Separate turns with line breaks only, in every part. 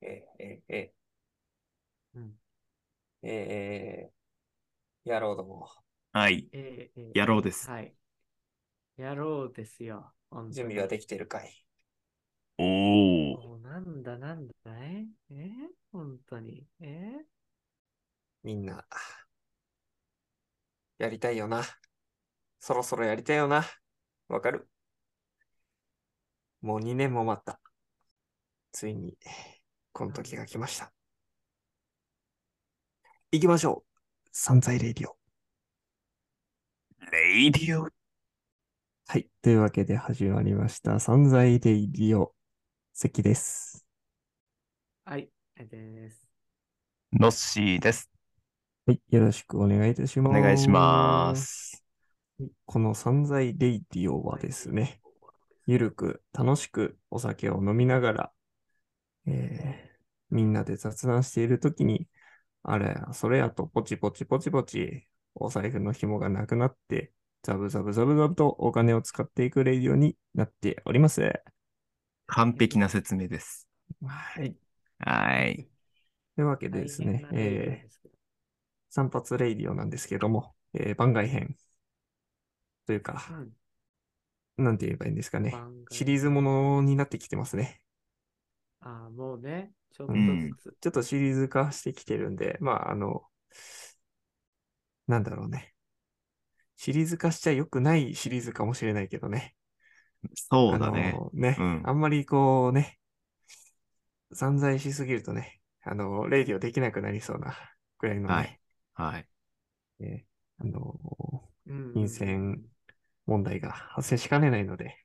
えー、えー、え
うん
ー、えー、やろうども。
はい。
えーえー
やろうです。
はい。やろうですよ。本当に
準備ができてるかい。
おお。
もうなんだなんだええー本当に。えー
みんな。やりたいよな。そろそろやりたいよな。わかるもう2年も待った。ついに、この時が来ました。行きましょう。散財レイディオ。
レイディオ。
はい。というわけで始まりました。散財レイディオ。関です。
はい、あれです。
のっしーです。
はい。よろしくお願いいたし
お
ます。
願いしま。す。
この散財レイディオはですね、ゆるく楽しくお酒を飲みながら、えーみんなで雑談しているときに、あれやそれやとポチポチポチポチ、お財布の紐がなくなって、ザブザブザブザブとお金を使っていくレイディオになっております。
完璧な説明です。
はい。
はい。
というわけでですね、
大変なレイディ
え
オ
ー
ですけど
散髪レイディオなんですけども、えー番外編というか、
うん
なんて言えばいいんですかね。
番外
シリーズものになってきてますね。
あーもうね、ちょっと
うん
ずつ。
ちょっとシリーズ化してきてるんで、まあ、あの、なんだろうね。シリーズ化しちゃ良くないシリーズかもしれないけどね。
そうだね
あ。のね、
うん
あんまりこうね、散財しすぎるとね、あの、レイディオできなくなりそうなくらいのね、
はいはい。
えーあの、
うん
金銭問題が発生しかねないので、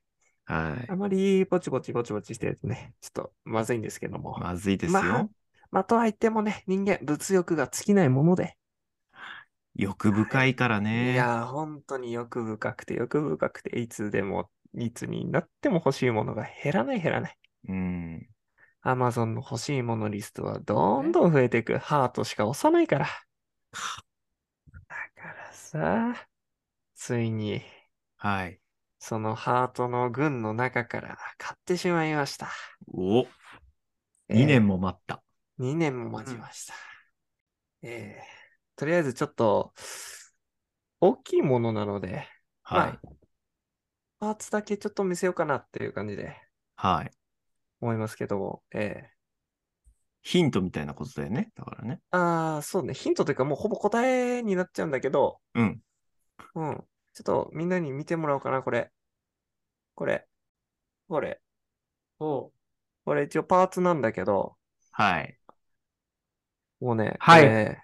はい
あ。まりぼちぼちぼちぼちしてるとね、ちょっとまずいんですけども。
まずいです
まあ
よ。
まあ、とは言ってもね、人間、物欲が尽きないもので、
欲深いから
い
ね。
やー、本当に欲深くて欲深くて、いつでも、いつになっても欲しいものが減らない減らない。
うん。
アマゾンの欲しいものリストはどんどん増えていく。ハートしか押さないから。だからさ、ついに、
はい。
そのハートの群の中から買ってしまいました。
お、2
えー
年も待った。
2年も待ちました。ええとりあえずちょっと、大きいものなので、
はい。
パーツだけちょっと見せようかなっていう感じで
はい。
思いますけども、ええ
ヒントみたいなことだよね。だからね。
ああ、そうね、ヒントというかもうほぼ答えになっちゃうんだけど、
うん。
うん。ちょっとみんなに見てもらおうかな、これ。これ。これ。
お
これ一応パーツなんだけど、
はい。
もうね、
はい
これ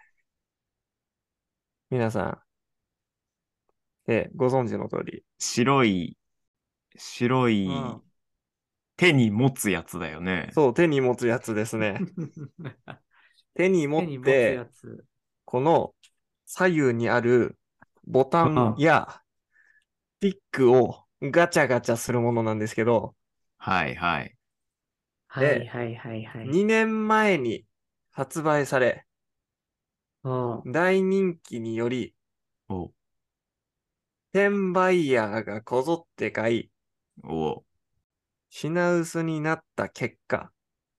皆さん、ええご存知の通り、
白い、白い、
うん
手に持つやつだよね。
そう、手に持つやつです ね。手に持
手に
っ
持つ
て
や、つ。
この左右にあるボタンやスティックをガチャガチャするものなんですけど、
はいはい。
は
で
いはいはいはい。
2年前に発売され、
お
大人気により、
お、
転売ヤーがこぞって買い、
お、
品薄になった結果、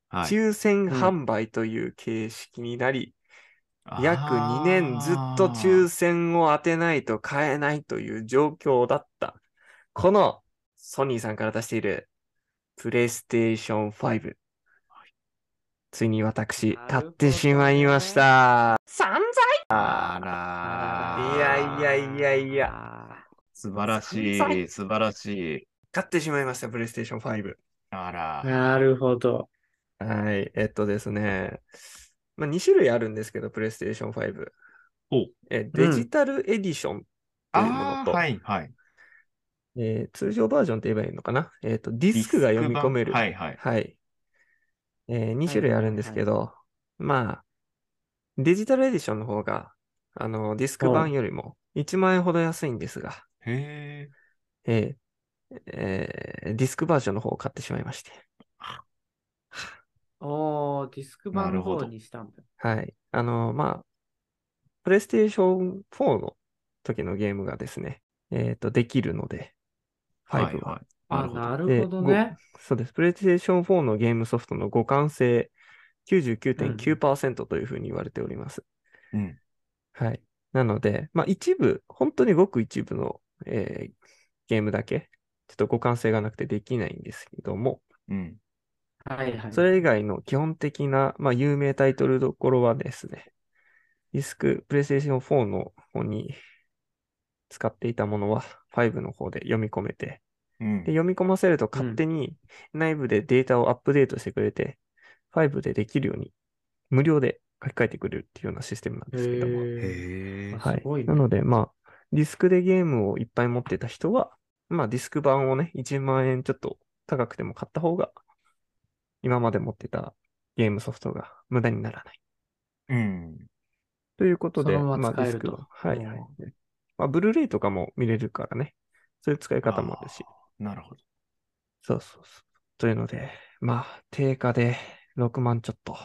はい。
抽選
ん
販売という形式になり、
あー
約2年ずっと抽選を当てないと買えないという状況だった。このソニーさんから出しているプレイステーション5。ついに私
なるほど
買
ね
ってしまいました。
あ
いやいやいやいや。
や。
素晴らし
散
い、素晴らしい。
買ってしまいました、プレイステーション5。
あら。
なるほど。
はい、えっとですね。まあ、2種類あるんですけど、プレイステーション5。
お
えデジタルエディションというもの
あー
と、
はいはい。
えー通常バージョンって言えばいいのかな、えっとディスクが読み込める。
はいはい。
はい。えー、2
はい
種類あるんですけど、まあ、デジタルエディションの方が、あの、ディスク版よりも1万円ほど安いんですが、
へえ。
えーえーディスクバージョンの方を買ってしまいまして。
おーディスク版の方にしたんだ。
はい。あの、まあ、プレイステーション4の時のゲームがですね、えっ、と、できるので、5は。
はいはい。な
あ、
るほど。
なるほどね。
そうです。プレイステーション4のゲームソフトの互換性99.9%というふうに言われております。
うん。
はい。なので、まあ一部、本当にごく一部の、えーゲームだけ、ちょっと互換性がなくてできないんですけども、
うん。
はいはい。
それ以外の基本的な、まあ有名タイトルどころはですね、ディスク、プレイステーション4の方に使っていたものは5の方で読み込めて、
うん
で、読み込ませると勝手に内部でデータをアップデートしてくれて、5でできるように無料で書き換えてくれるっていうようなシステムなんですけども。
へー
へえ
あ。
はい
すごいね
なので、まあ、ディスクでゲームをいっぱい持ってた人は、まあ、ディスク版をね、1万円ちょっと高くても買った方が、今まで持ってたゲームソフトが無駄にならない。
うん。
ということで、
そのまま
あ、ディ
使え
ス
る
ク
と
は。はい、はい
お。
まあ、ブルーレイとかも見れるからね、そういう使い方もあるし。
なるほど。
そうそうそう。というので、まあ、定価で6万ちょっと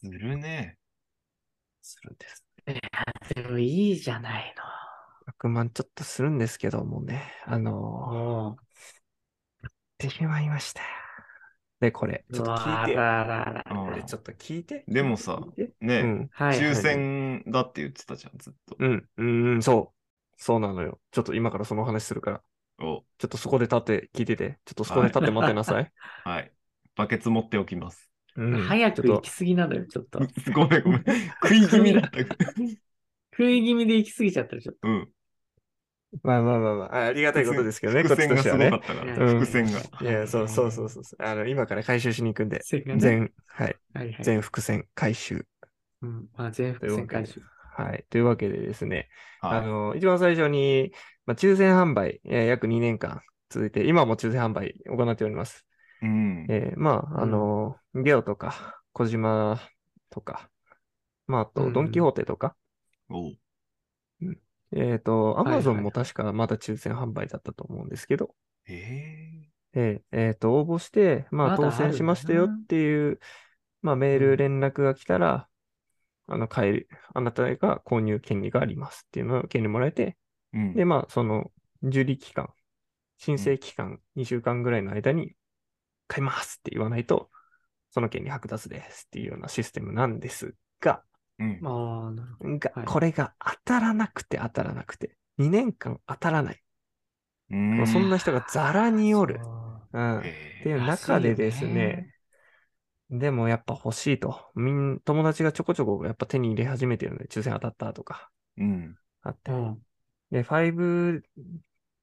するね。
するんです。
でもいいじゃない
6万ちょっとするんですけどもね、あ
の。
の
もう
ー、ってしまいました。で、これ、ちょっと聞いて
う
よ。
わあらあらあら
うん
これちょっと聞いて。
でもさ
聞いてう
ね
ん。
はいはい
抽選だって言ってたじゃん、ずっと。
うん、うん、そう。そうなのよ。ちょっと今からその話するから、
お
ちょっとそこで立って聞いてて、ちょっとそこで立って待ってなさい。
はい。バケツ持っておきます。
うん
早く
ちょ
行
っと
き過ぎなのよ、ちょっと。
ごめんごめん。食い気味だった。
食い気味で行き過ぎちゃったでしょ。
うん。
まあまあまあまあ、あありがたいことですけどね、こっ
伏
ち
線
と
が
して
す
は
ご
ね
かっ。たから。
うん
伏線が。
いや、そうそうそうそうそう。あの、今から回収しに行くんで、
全がね。
全、はい、
はいはい。
全伏線回収。
うん。まあ、全
とい
伏
うわ
線
け
回
で
収。。
はい。というわけでですね、あ
はい。
の、一番最初に、まあ、抽選販売、えー約2年間続いて、今も抽選販売行っております。
うん。
えーまあ、あ
うん
の、ゲオとか、小島とか、まあ、あ
うんう
と、
ん
ドン・キホーテとか、
おう
えっと、ア
はいは
マ
い
ゾンも確かまだ抽選販売だったと思うんですけど、
へえ。
えーえーと、応募して、まあ、
まだある
当
んだな
選しましたよっていう、まあ、メール、
うん
連絡が来たら、あの、買える、あなたが購入権利がありますっていうのを権利もらえて、
うん。
で、まあ、その、受理期間、申請期間、2週間ぐらいの間に、買いますって言わないと、その権利剥奪ですっていうようなシステムなんですが、
うん。
まあ、なるほ
が
はい
これが当たらなくて当たらなくて、2年間当たらない。
うん
もうそんな人がザラに
ど。
おる。
そう
うん。っ
へ
てい
え
う中でですね、でもやっぱ欲しいと。みん、友達がちょこちょこやっぱ手に入れ始めてるので、抽選当たったとか
うん。
あって
う。ん。
で、5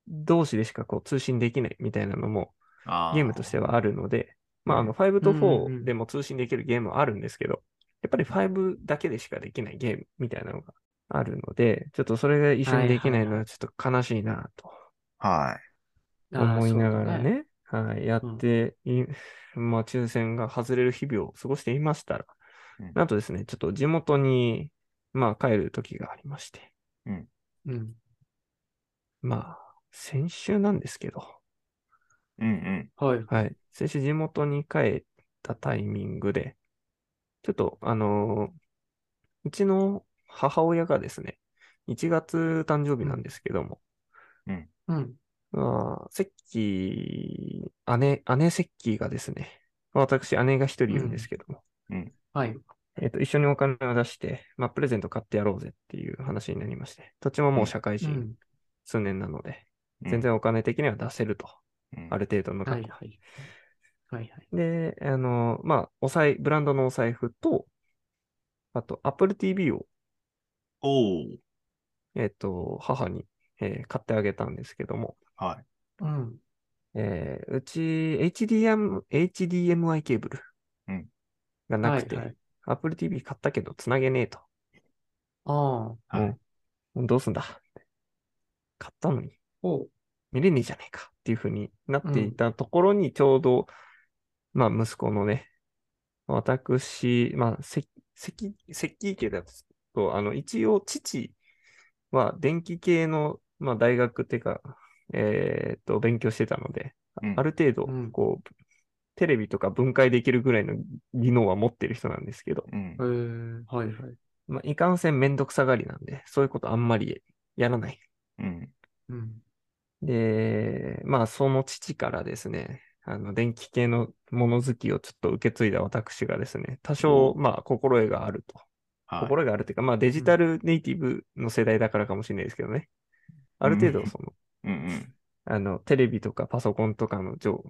同士でしかこう通信できないみたいなのも
あ
ゲームとしてはあるので、まああ
うん
の5と
うんうんうん
4でも通信できるゲームはあるんですけど、やっぱり5だけでしかできないゲームみたいなのがあるので、ちょっとそれが一緒にできないのはちょっと悲しいなと。
は
思いながら
あー。
ね、はい、やってい、まあ、抽選が外れる日々を過ごしていましたら、
うん
なんとですね、ちょっと地元に、まあ、帰る時がありまして、
そうだねうん。
まあ、先週なんですけど、
い。うん
はい。
はい、先週地元に帰ったタイミングで、ちょっと、あのーうちの母親がですね、1月誕生日なんですけども、
うん。
まあ、セッキー、姉、姉セッキーがですね、私、姉が一人いるんですけども、
はい。
えっと、一緒にお金を出して、まあ、プレゼント買ってやろうぜっていう話になりまして、どっちももう社会
う
人
ん。
数年なので、
うん。
全然お金的には出せると、
うん。
ある程度の
は
額
い。
は。
はい。はい。はい。
で、あの、まあ、お財、ブランドのお財布と、あと、Apple TV を、
おう。
えっと、母に、えー買ってあげたんですけども、
はい。
うん。
えーうち HDM、HDMI ケーブル
うん
がなくて、
はいはい
Apple TV 買ったけど繋げねえと。
ああ。
はい
もうどうすんだって買ったのに
おう。
見れねえじゃねえかっていう風になっていたところにちょうど、まあ息子のね、私、まあ、せ関、関家だと、あの、一応父は電気系の、まあ大学っていうか、えーっと、勉強してたので、
うん
ある程度
うん、
こう、テレビとか分解できるぐらいの技能は持ってる人なんですけど、
うん
え。ー、はいはい。
まあ、いかんせんめんどくさがりなんで、そういうことあんまりやらない。
うん。
うん。
で、まあ、その父からですね、あの、電気系の物好きをちょっと受け継いだ私がですね、多少、まあ、心得があると。
はい。
心得があるというか、まあ、デジタルネイティブの世代だからかもしれないですけどね。ある程
う
度、
ん
その、
うんうん。
あの、テレビとかパソコンとかの情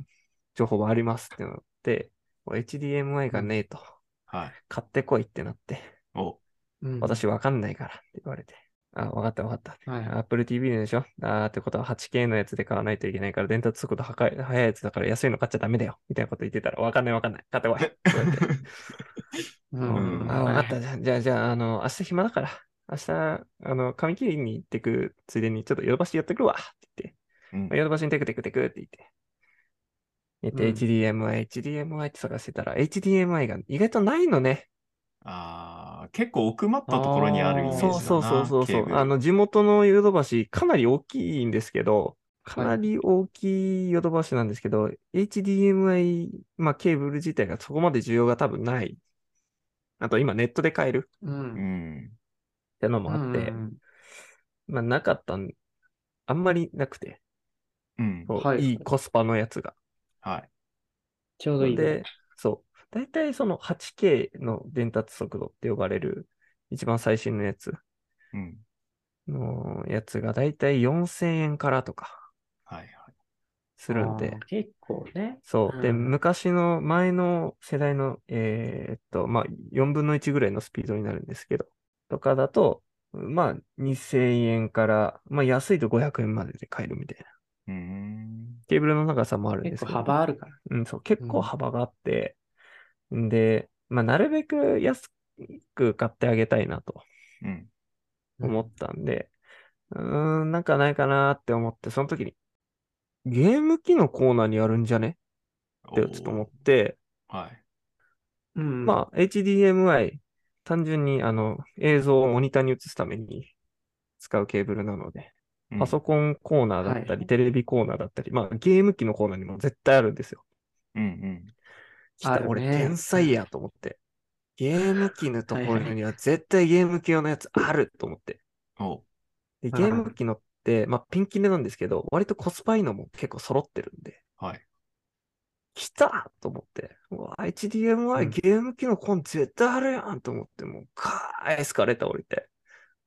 情報はありますってなって、もう HDMI がねえと、
はい。
買ってこいってなって、
お
うん
私わかんないからって言われて。あ、わかったわかった。
はいはい
Apple TV でしょあーってことは 8K のやつで買わないといけないから、伝達速度はかい速いやつだから安いの買っちゃダメだよ。みたいなこと言ってたら、わかんないわかんない。買って こい。って言われて
う
うんんあ、わかった。じゃあ、じゃあ、じゃあ、あの、明日暇だから。明日、あの、髪切りに行ってくついでに、ちょっとヨドバシやってくるわ。って言って。
うん
ヨドバシにテクテクテクって言って。言って、
うん
HDMI、HDMI って探してたら、HDMI が意外とないのね。
ああ、結構奥まったところにあるイメージ
そ
だな。
うそうそうそう
ケ
そ
ー
う
ブ。ル
あの、地元のヨドバシ、かなり大きいんですけど、かなり大きいヨドバシなんですけど、HDMI、まあ、ケーブル自体がそこまで需要が多分ない。あと、今ネットで買えるっ
う
う。
んん。
てのもあって、
うん
まあ、なかったん、あんまりなくて、
うん。
そう
はい
い、いコスパのやつが。
はい。
ちょうどいいね。
で、そう。大体その 8K の伝達速度って呼ばれる、一番最新のやつ
うん。
のやつが、大体4000円からとか
はいはい。
するんで
あー。結構ね。
そう。で、
うん
昔の前の世代の、えーっと、まあ、4分の1ぐらいのスピードになるんですけど、とかだと、まあ、2000円から、まあ、安いと500円までで買えるみたいな。
うーん。
ケーブルの長さもあるんです
結
け
構
ど、
幅あるから。
うん、そう、結
う
構
ん
幅があって、ん、で、まあ、なるべく安く買ってあげたいなと
うん。
思ったんで、うーん、なんかないかなって思って、その時に、ゲーム機のコーナーにあるんじゃねってちょっと思って、
おーはい。
うん。あ、
まあ、HDMI、単純にあの映像をモニターに映すために使うケーブルなので、
うん
パソコンコーナーだった
は
り、
い
テレビコーナーだったり、まあ、ゲーム機のコーナーにも絶対あるんですよ。
うんうん。
来た
あるね
俺、天才やと思って。ゲーム機のところ
はいは
には絶対ゲーム機用のやつあると思って。
お
で
うん
ゲーム機のって、まあ、ピンキリなんですけど、割とコスパいいのも結構揃ってるんで、
はい。
来たと思って、うわ、HDMI
うん
ゲーム機のコン絶対あるやんと思って、もう、かーエスカレーター降りて、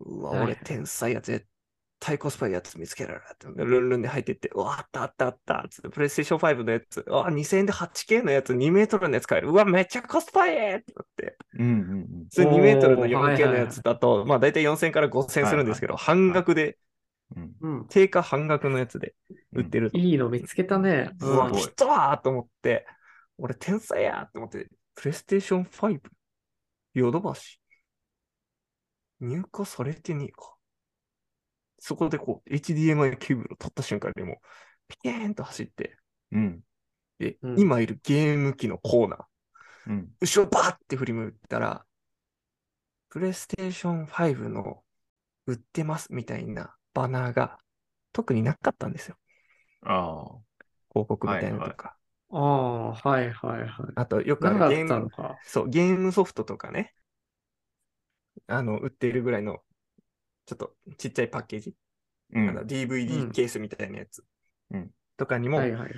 うわ、
はい
俺天才や、絶対コスパいいやつ見つけられるって、ルンルンで入ってって、うわ、あったあったあった、つって、プレイステーション5のやつ、うわ、2000円で 8K のやつ、2メートルのやつ買える、うわ、めっちゃコスパいいってなって、
うんうんうん。
普通2メートルの
おーはいはい
4K のやつだと、まあ大体4000から5000するんですけど、半額で、
うん
うん。
定価半額のやつで売ってると。
いいの見つけたね。
う
すご
わ、
い
来たわーと思って、俺天才やーと思って、プレイステーション5、ヨドバシ、入荷されてねえか。そこでこう、HDMI ケーブルを取った瞬間にもう、ピケーンと走って、
うん。
で、
うん
今いるゲーム機のコーナー、
うん。
後ろバーって振り向いたら、プレイステーション5の売ってますみたいなバナーが特になかったんですよ。
あ
広告みたいなのとか。
はい
ああ、はいはいはい。
あと、よくあ
なか
る
っ
ゲー
た
ム
の、か。
そう、ゲームソフトとかね、あの、売っているぐらいの、ちょっとちっちゃいパッケージ、
あ。う
あの
ん。
DVD ケースみたいなやつ、
うん
とかにも、
はいはいはい。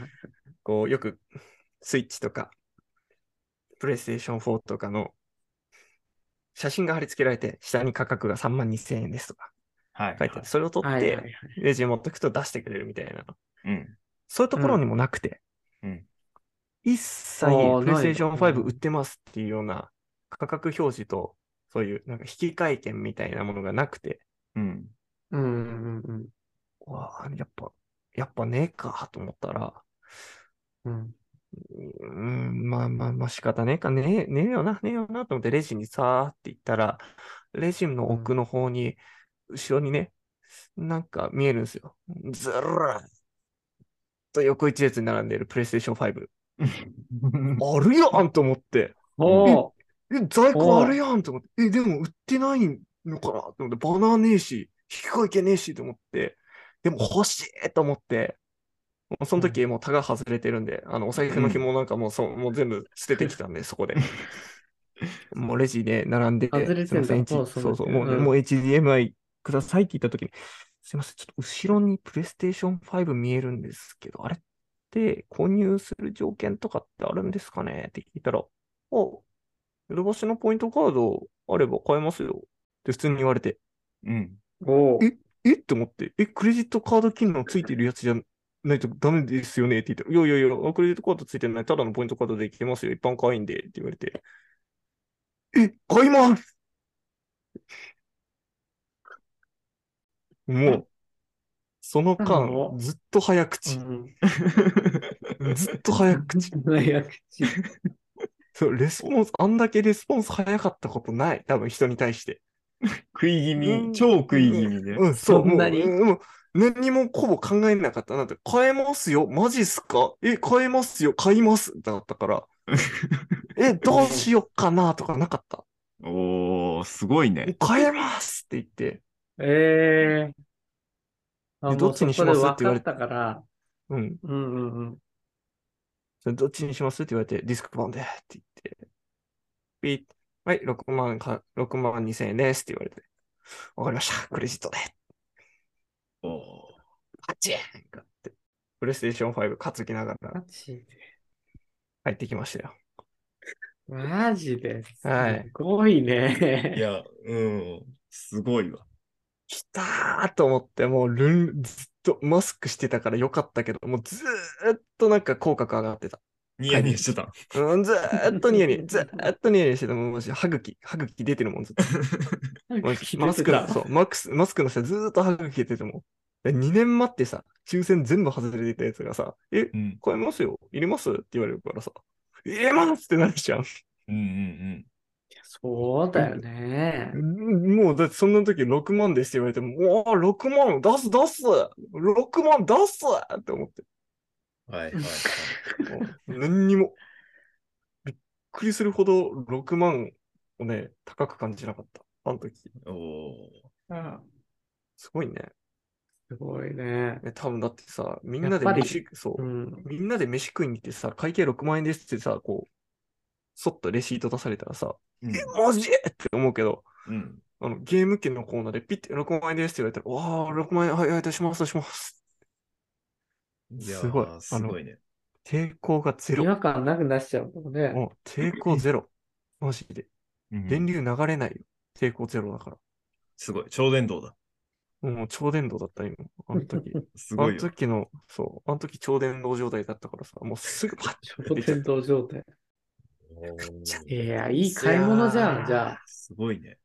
こう、よく、スイッチとか、プレイステーション4とかの、写真が貼り付けられて、下に価格が3万2000円ですとか
はい。
書いてあって、それを取っ
はいはいは
て、
い。
レジ持ってくと出してくれるみたいな。
うん。
そういうところにもなくて、
うん
一切
あー
PlayStation
ないの
5売ってますっていうような価格表示と、そういうなんか引き換え券みたいなものがなくて、
うん。
うんうんうん
わあやっぱ、やっぱねえかと思ったら、
うん。
うーん、まあまあまあ仕方ねえか、ねえ、ねえよな、ねえよなと思ってレジにさーって行ったら、レジの奥の方に、後ろにね、なんか見えるんですよ。ずらーっと横一列に並んでいる PlayStation 5。あるやんと思って。
お
え、在庫あるやんと思って。え、でも売ってないのかなと思って、バナーねえし、引き換え券ねえしと思って、でも欲しいと思って、もうその時もうタが外れてるんで、あの、お財布の紐なんかもうそう、もう全部捨ててきたんで、そこで。もうレジで並んで、
外れてんだ
すいません、
も
H、
う
そ
その
う
時
そう、もう、
うん
もう HDMI くださいって言った時に、すいません、ちょっと後ろにプレイステーション5見えるんですけど、あれってで購入する条件とかってあるんですかねって聞いたら、あ、ヨドバシのポイントカードあれば買えますよって普通に言われて、
うん。
おー
えって思って、え、クレジットカード機能ついてるやつじゃないとダメですよねって言ったら、いやいやいや、クレジットカードついてない、ただのポイントカードでいけますよ、一般会員でって言われて、え、買いますもう、その間
う、ん
ずっと早口。ずっと早口。
うん。早口。
そう、レスポンス、あんだけレスポンス早かったことない。多分人に対して。
食い気
うん
味、超食い気味で。
うん、そう、
そんな
も
に
う、うんもう何もほぼ考えなかった。なんて、買えますよ、マジっすかえ、買えますよ、買いますだったから。え、どうしよっかなとかなかった。
おー、すごい
え
ね。
買えますって言って。
ええあ、
で
も
ど
う
っちにし
そこで
ます
分
って言われ
かったから、
うん。
うんうんうん。
それどっちにしますって言われて、ディスク版でって言って。ピッ。はい、6万か、6万2千円ですって言われて。わかりました。クレジットで。
おー
パチン買って。プレイステーション5担ぎながら
マジで。
入ってきましたよ。
マジです
はい
ごいね。
いや、うん、すごいわ。
来たーと思って、もうルン、ずっとマスクしてたからよかったけど、もうずーっとなんか口角上がってた。
ニヤニヤしてた。
うん、ずーっとニヤニヤ、ずーっとニヤニヤしてた。もうマジ歯茎、歯茎出てるもん、ずっと。マジマスクの、そう、マクス、マスクの下ずーっと歯茎出ててもん。2年待ってさ、抽選全部外れてたやつがさ、え、
うん、
買えますよ、入れますって言われるからさ、入れますってなるじゃん。
うん、うん、
そうだよね。
うんもう、だってそんな時6万ですって言われても、おー6万出す出す !6 万出すって思って。
うん。はい、はい、はい。
もう何にも。びっくりするほど6万をね、高く感じなかった。あの時。
お
うん
すごいね。
すごいね。
え多分だってさ、みんなで
やっぱり
飯、そうう、
ん。
みんなで飯食いに行ってさ、会計6万円ですってさ、こう、そっとレシート出されたらさ、
ー。
え、マジって思うけど、
うん。
あの、ゲーム機のコーナーでピッて6万円ですって言われたら、わあ、6万円、はい、はい、出します、出します。
うん。いやー
すごいあの
すごいね。
抵抗がゼロ
違。和感なくなっちゃうもんね。
もう抵抗ゼロ。マジで。
うん
電流流れないよ。抵抗ゼロだか
すごい。超電導だ。
ら。もう超電導だった、今。あの 時。
す
あ
ごい
の
よ。
時の、そう、あの時超電導状態だったからさ、もうすぐパッ
超転倒状態。
おー
いや、いい買い物じゃん、じゃあ。
すごいね。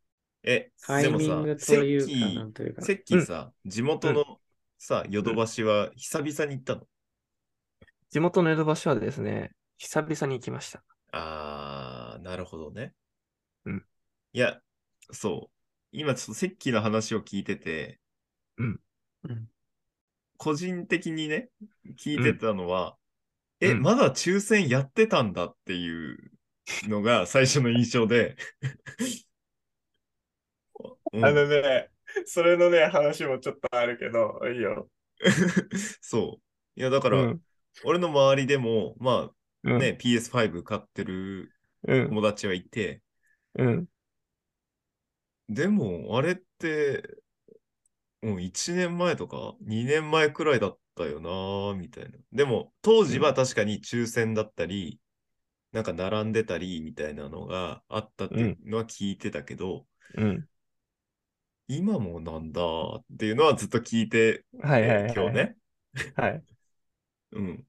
え、
タ
で
イ
も
ミング
さ、
と
セ
い
ッ
うか、
キ
なんという
ー、
か。
セッキーさ、地元のさ、ヨドバシは久々に行ったの
地元の江戸橋はですね、久々に行きました。
あー、なるほどね。
うん。
いや、そう。今ちょっとセッキーの話を聞いてて、
うん
個人的にね、聞いてたのは、
うん
え、
うん
まだ抽選やってたんだっていうのが最初の印象 で。うん
ね、それのね、話もちょっとあるけど、いいよ。
そう。いや、だか
う
ら、
ん。
俺の周りでも、ま
う
あ
ん。
ね、PS5 買ってる
うん。
友達はいて、
うん。
でも、あれって、もう1年前とか2年前くらいだったよなーみたいな。でも、当時は確かに抽選だったり、なんか並んでたりみたいなのがあったっていうのは聞いてたけど、
うん。
今もなんだーっていうのはずっと聞いて、
はいはいはい。
今日。ね。
はい。
うん。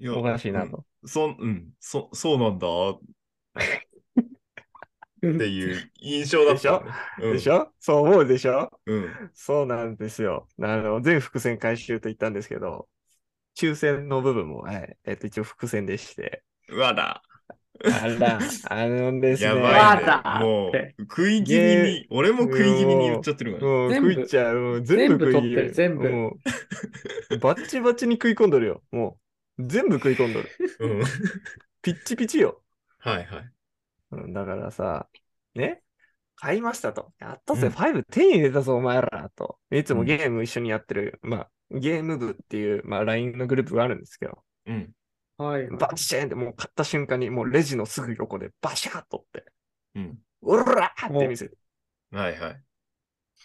いや
おかしいな
うん
と。
そん、うん、そ、そうなんだーっていう印象だった、ね。
でしょそう思うでしょ
うん。
そうなんですよ。あの、全伏線回収と言ったんですけど、抽選の部分も、はい、えっと、一応伏線で して。
うん。わだ。
あら、あのですね。
や
わだ
ばいね。も
って
う、食い気味に、俺も食い気味に言っちゃってるから。
もう
全部
食いっちゃう。もう全部食い入れ
全部取ってる全部
もう、バッチバチに食い込んどるよ。もう、全部食い込んどる。
うん。はい
ピッチピチよ。
はい。
うんだからさ、ね。買いましたと。やったぜ、
うん
5手に入れたぞ、お前らと。いつ
う
も
ん
ゲーム一緒にやってる、まあ、ゲーム部っていう、まあ、LINE のグループがあるんですけど、
うん。
はい。
バチーンってもう買った瞬間に、もうレジのすぐ横でバシャッとって、
うん。
うらーって見せて、
はいはい。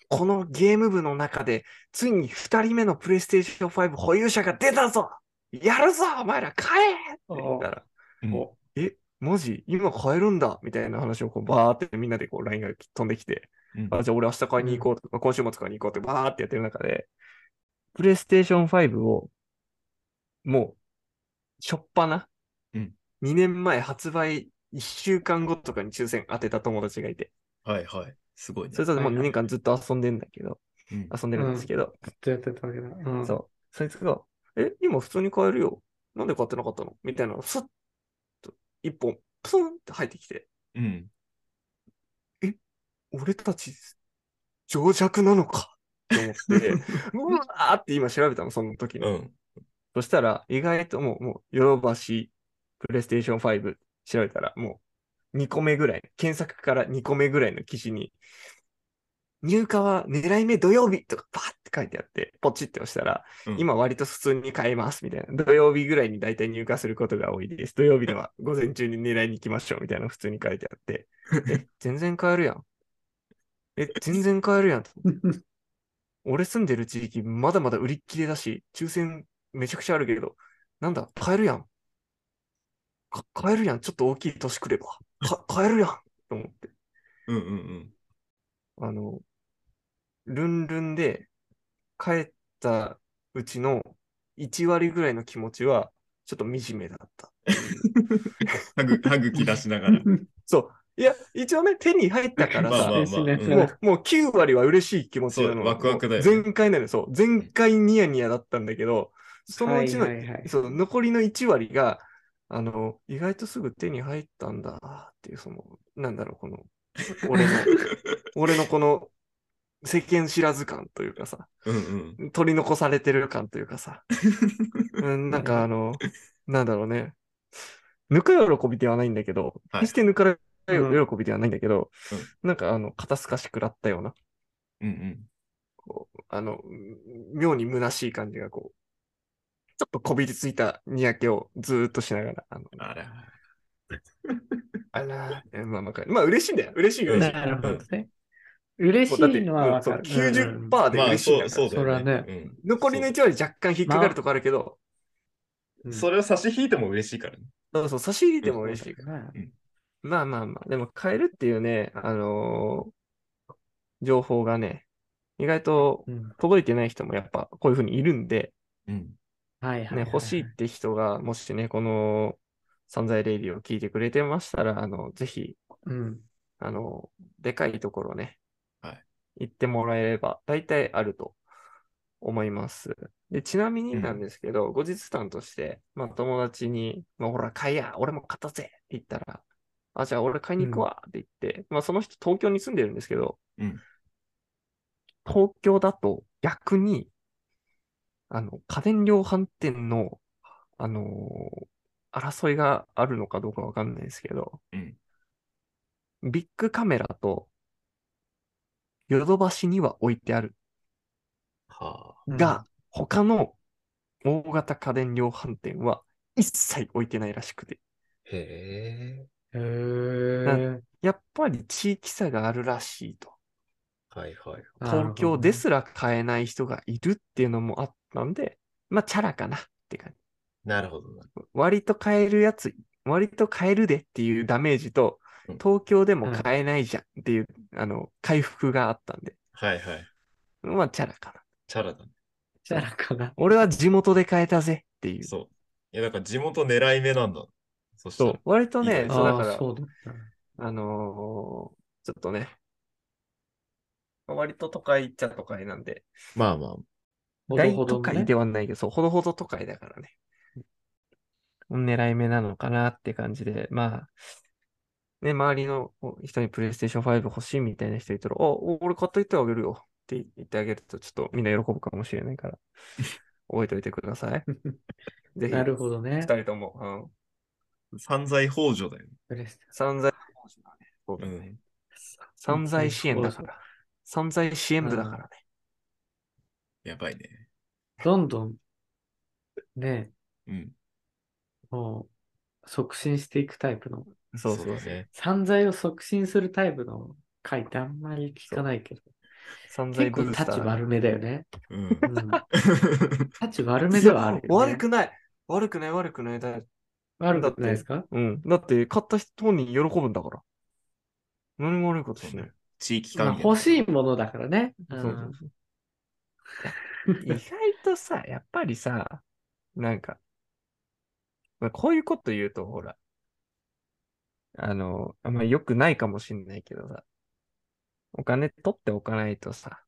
このゲーム部の中で、ついに2人目のプレイステーション5保有者が出たぞやるぞお前ら買えって言ったら、
うん
おえ、マジ今買えるんだみたいな話をこうバーってみんなでこう LINE が飛んできて、
うん
あ、じゃあ俺明日買いに行こうとか、今週末買いに行こうってバーってやってる中で、プレイステーション5を、もう、しょっぱな、
うん
2年前発売1週間後とかに抽選当てた友達がいて、
はいはい。すごいね
そ。れともう
はいはい
2年間ずっと遊んでんだけど、
うん
遊んでるんですけど、
ずっとやってたわけだ。うん。
そう、そいつが、え、今普通に買えるよ。なんで買ってなかったのみたいなのがスッと、一本、プスンって入ってきて、
うん。
俺たち、情弱なのかって思 って、うわーって今調べたの、その時
う
の。
ん。
そしたら、意外ともう、もう、ヨドバシ、プレイステーション5調べたら、もう、2個目ぐらい、検索から2個目ぐらいの記事に、入荷は狙い目土曜日とかバーって書いてあって、ポチって押したら、
うん
今割と普通に買えますみたいな。土曜日ぐらいに大体入荷することが多いです。土曜日では午前中に狙いに行きましょうみたいなの普通に書いてあって、え、全然買えるやん。え、全然買えるやんと。俺住んでる地域まだまだ売り切れだし、抽選めちゃくちゃあるけど、なんだ、買えるやん。か買えるやん。ちょっと大きい年くれば。 か買えるやん。と思って。
うんうんうん。
あの、ルンルンで帰ったうちの1割ぐらいの気持ちは、ちょっと惨めだった。
歯ぐ歯茎出しなが ら。
そう。いや、一応ね、手に入ったから
まあ まあ
さ、
嬉しいね
うん
それ
もう、もう9割は嬉しい気持ちな
そ
の。
うワクワクだよね
もう全開なの、そう。全開ニヤニヤだったんだけど、そのうちの、
はいはいはい
そう残りの1割が、あの、意外とすぐ手に入ったんだっていう、その、なんだろう、この、 俺の、俺のこの、世間知らず感というかさ、
うんうん。
取り残されてる感というかさ、 うん、なんかあの、なんだろうね、ぬか喜びではないんだけど、
はい
決してぬか喜びではないんだけど、
う
なんかあの、肩透かし食らったような、
うんうん。
こう、あの、うん妙に虚しい感じがこう、ちょっとこびりついたにやけをずーっとしながら、あの、
あら。
あらー、えまあまあ、まあ嬉しいんだよ。嬉しいよ、嬉しい。
なるほどね。嬉し
もうだって
いのはわかる。
うんそう
うん
90%で
まあ
嬉しいん
そ
だ
う、
から
そうだよ
それはね
うん
残りの1割若干引っかかるとこあるけど、
うん
それを差し引いても嬉しいからね。
そうそう、差し入れても嬉しいから。
そうだね
まあまあまあ、でも変えるっていうね、あのー情報がね、意外と
うん
届いてない人もやっぱこういうふうにいるんで、
うん。
はいはいはい
ね、
はい。
欲しいって人が、もしね、この散財レイディを聞いてくれてましたら、あの、ぜひ、
うん。
あの、でかいところね、
はい
行ってもらえれば、大体あると思います。で、ちなみになんですけど、後日談として、まあ、友達に、まあ、ほら、買いや、俺も買ったぜって言ったら、あ、じゃあ俺買いに行くわって言って、まあ、その人東京に住んでるんですけど、
うん
東京だと逆に、あの、家電量販店の、あのー争いがあるのかどうかわかんないですけど、
うん
ビッグカメラと、ヨドバシには置いてある
は
うん
が、、他の大型家電量販店は一切置いてないらしくて、
あ。へえ。
へー
やっぱり地域差があるらしいと。
はいはい。
東京で。すら買えない人がいるっていうのもあったんで、まあ、チャラかなって感じ。
なるほどな。
割と買えるやつ、割と買えるでっていうダメージと
うん、
東京でも買えないじゃんっていう、あの、回復があったんで、
はいはい。
まあ、チャラかな。
チャラだね。
じゃなかな。
俺は地元で買えたぜっていう。
そう。いや、だから地元狙い目なんだ。そした
そ
ら
う。。割と
いい
ね、
ね
そうだ
あ
か
ー
ら、
そうだね
あのーちょっとね、割と都会っちゃ都会なんで、
まあまあ。
ほど
大
ほど
都
のね
会ではないけど、そう、ほどほど都会だからね。狙い目なのかなって感じで、まあ、ね、周りの人にプレイステーション5欲しいみたいな人いたら、あ、お俺買っといてあげるよって言ってあげると、ちょっとみんな喜ぶかもしれないから、覚えておいてくだ さい。ぜひ、
なるほどね。
二人とも、うん、
散財補助だよね。
嬉しい
散財、そうだね
うん
散財支援だから。散財支援部だからね。
やばいね。
どんどん、ね、
うん。
もう、促進していくタイプの、
そうそう
だね。
散財を促進するタイプの回ってあんまり聞かないけど、
散財
結
ブ
構
ー
立
スタ
ち
ー。
悪めだよね。
うん
う。ん、立ち悪めではあるよ、ね。
悪くない。悪くない悪くないだ。
悪くないですか
うん。だって、買った人本人喜ぶんだから。何も悪いことしない。
地域
ま
関
あ、
係。
欲しいものだからね。う
そ
ん
うそうそう。意外とさ、やっぱりさ、なんか、まあこういうこと言うと、ほら、あの、あんま良くないかもしんないけどさ、お金取っておかないとさ、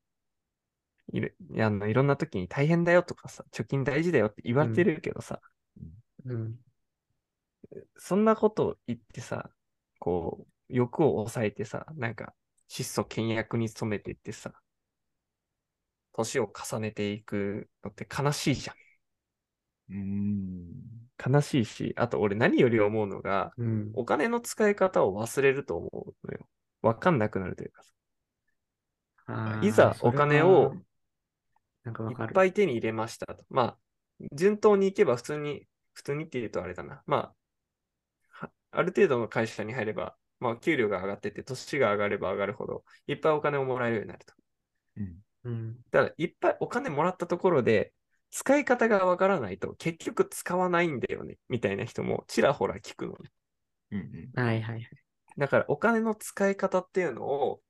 いるあのいろんな時に大変だよとかさ、貯金大事だよって言われてるけどさ、
うん
そんなことを言ってさ、こう、欲を抑えてさ、なんか、質素倹約に努めてってさ、年を重ねていくのって悲しいじゃん。
うーん。
悲しいし、あと俺何より思うのが、
うん。
お金の使い方を忘れると思うのよ。わかんなくなるというかさ
あー
いざ
そ
お
れは
金を
なんかわか
いっ
る。
ぱい手に入れましたと。まあ、順当にいけば普通に、普通にって言うとあれだな。まあ、はある程度の会社に入れば、まあ、給料が上がってって、年が上がれば上がるほど、いっぱいお金をもらえるようになると。
うん
うん。
だから、いっぱいお金もらったところで、使い方がわからないと、結局使わないんだよね、みたいな人もちらほら聞くのね。
うんうん
はいはいはい。
だからお金の使い方っていうのを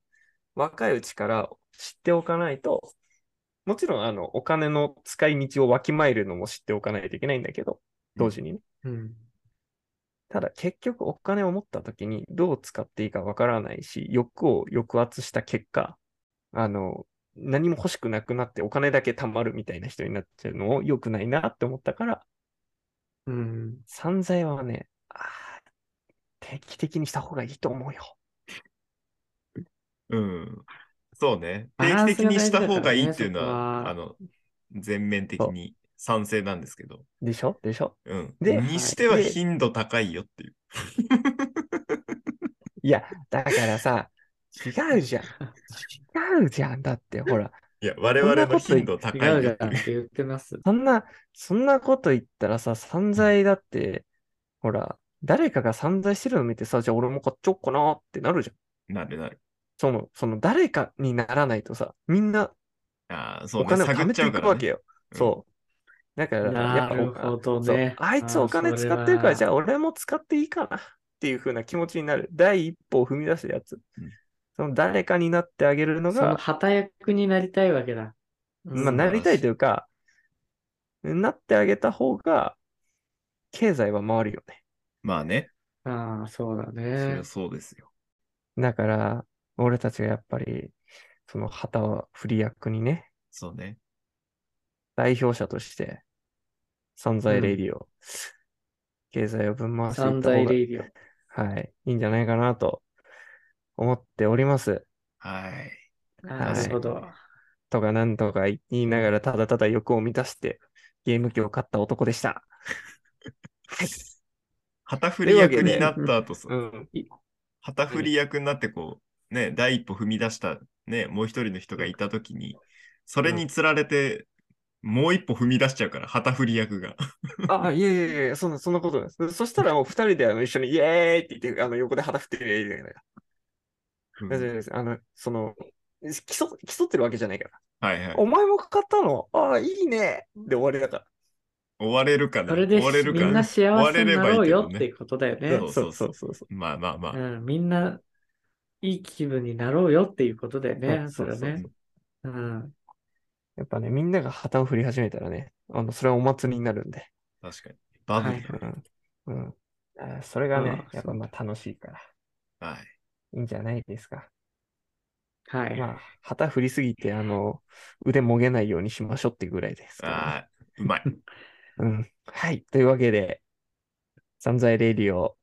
若いうちから知っておかないと、もちろんあのお金の使い道をわきまえるのも知っておかないといけないんだけど、同時にね。
うん。
ただ結局お金を持った時にどう使っていいかわからないし、欲を抑圧した結果、あの、何も欲しくなくなってお金だけ貯まるみたいな人になっちゃうのを良くないなって思ったから、
うん。
散財はね、あー定期的にした方がいいと思うよ。
うん。そうね。
バラ
定期
ンス
的
が
に
大
し
事
た
だからね
方がいいっていうのは、
そこは
あの、全面的に賛成なんですけど。
でしょでしょ
うん。
で
にしては
はい
頻度高いよっていう。
いや、だからさ、違うじゃん。違うじゃん。だって、ほら、
いや、我
そ
々
んなこ
の
と言
頻度
違
高いう
じ
よ
ゃ
って
んっ
いう。
て言ってます。
そんな、そんなこと言ったらさ、散財だって、ほら、誰かが散財してるの見てさ、じゃあ俺も買っちゃおっかなってなるじゃん。
なるなる。
その、その誰かにならないとさ、みんな
ああ、そ
お
うね。
金を
探
貯
っ
め
ちゃ
て
う
い
か
く
ら
わ
ね
け。よ。
うん
そう。だから、や
な
っぱ
る
お金、
ほど
そう
ね。
あいつ
あー
お金
それ
使ってるから、
は
じゃあ俺も使っていいかなっていう風な気持ちになる。第一歩を踏み出すやつ。
うん
その誰かになってあげるの
その
が、
旗役になりたいわけだ。
まあ、
うん
なりたいというか、なってあげた方が、経済は回るよね。
まあね。
ああ、そうだ
そり
ね
ゃ。そうですよ。
だから、俺たちがやっぱり、その旗は振り役にね、
そうね。
代表者として、散財レディを、経済をぶん回してい
散
った方
財
が、
レイディ
はい、いいんじゃないかなと思っております。
はい。
オ。なるほど。
とかなんとか言いながら、ただただ欲を満たして、ゲーム機を買った男でした。
旗振り役
というわけで
になった後さ
う、ん。
旗振り役になってこう、ね、第一歩踏み出した、ね、もう一人の人がいたときに、それにつられて、もう一歩踏み出しちゃうから、旗振り役が。
あ、いえいえいえ、そんな、そんなことないです。そしたらもう二人であの一緒にイエーイって言って、あの横で旗振ってるいいじゃないか
うん
大丈夫です。あの、その、競競ってるわけじゃないから。
はいはい
お。前もかかったのああ、いいねで終わりだか
追われるかな。
それで
追われる
み
か
んな幸せになろうよ
追われればいいけどね
っていうことだよ
ら。
ね
そ。う
そうそうそう。
まあまあまあ。
うん、みんな、いい気分になろうよっていうことだよね。
うん
それは
そうそう
ね。うん。
やっぱね、みんなが旗を振り始めたらね、あの、それはお祭りになるんで。
確かに。バブルだね
うん。うん。あそれがね
あ、あ
やっぱまあ楽しいから、
はい。
いいんじゃないですか。
はい。
まあ、旗振りすぎて、あの、腕もげないようにしましょうってぐらいですけどね、
あーうまい。
うん。はい。というわけで、散財レディオ、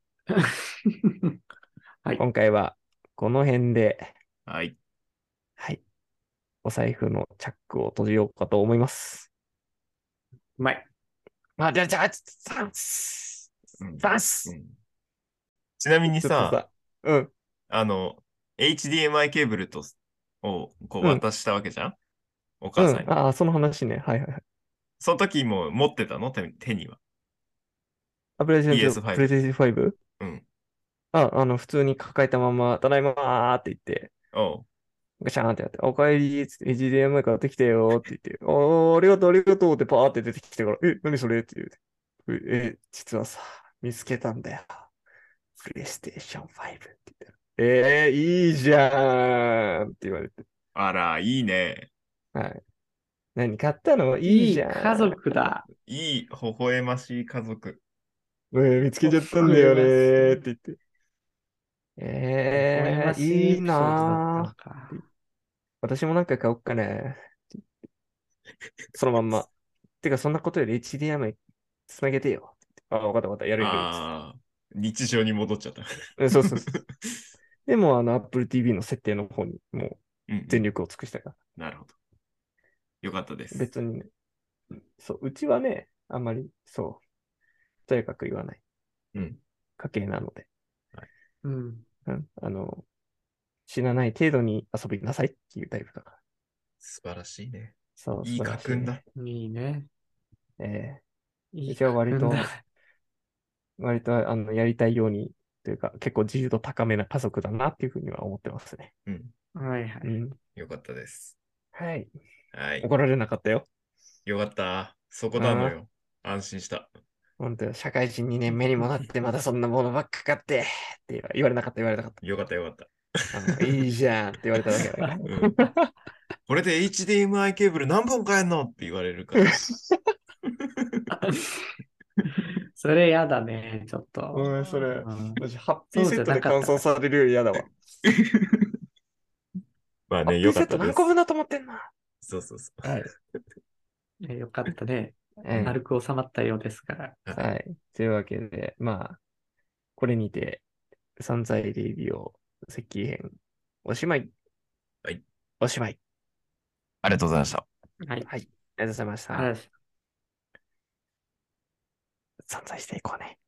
はい
今回はこの辺で、
はい。
はい。お財布のチャックを閉じようかと思います。
うまい。
まあ、じゃあ、じゃあ、サンス
うん
サン
う
ス
んちなみに
ちょっと
さ、
さ、うん、
あの、HDMI ケーブルとをこう
うん
渡したわけじゃん、お
う
母さんに
ん。。ああ、その話ね。はいはいはい。
その時も持ってたの手手には。
あ、プレゼント、
PS5
プレゼント 5?
うん。
あ、あの、普通に抱えたまま、ただいまーって言って、
おう
ガシャーンってやって、おかえりーっつって、HDMI 買ってきてよーって言って、おー、ありがとう、ありがとうってパーって出てきてから、え、何それって言うて、うえ、実はさ、見つけたんだよ。プレイステーション5って言って。えー、いいじゃんって言われて。
あら、いいね。
はい。何買ったのい
い
い
い
じゃん。
家族だ。
いい、微笑ましい家族。
えー見つけちゃったんだよねー
お
って言って。
微笑
え
ま
ー、
し
い
エ
い
ピソードだ
なー
っ。たのか
私もなんか買おっかね。そのまんま。てか、そんなことより HDMI つなげてよ。あ、わかったわかった。やるや
ああ、日常に戻っちゃった。
る。うんそうそうそう。でも、あの、Apple TV の設定の方にもう
うん、
全力を尽くしたから。
なるほど。よかったです。
別にね。そう、うちはね、あんまり、そう。とにかく言わない。
うん。
家系なので。
うん。
うん。あの、死なない程度に遊びなさいっていうタイプだから。
素晴らしいね。
そう。
いい
素晴らし
家訓だ
ね。
いいね。
ええ
いい
一応割と
家庭だ
割とあのやりたいようにというか、結構自由度高めな家族だなっていうふうには思ってますね。
うん。
はいは
う
い。
ん。
よかったです。
はい。
はい。
怒られなかったよ。
よかった。そこなのよ。安心した。
本当よ社会人2年目にもな って、まだそんなものばっか買って、って言わ言われなかった、言われなかっ
よかったよかった。
た。あのいいじゃんって言われただけ だから。
うん、これで HDMI ケーブル何本買えんのって言われ るから。
それやだね、ちょっと。
ごめんそれ
うん
私、ハッ
ピーセットで換算
されるより嫌だわ。
まあ
ハッ
ね、
ピー
よ
セッ
かっ
ト
た
何
です
個。分だと思ってんのは
そうそうそう。
い。
えよかったね。
え
丸く収まったようですから。
えはい。というわけで、まあ、これにて、散財レビューを石器編、おしまい。
はい。
おしまい。
ありがとうございました。
はい。
ありがとうございました。
ありがとうございます
散財していこうね。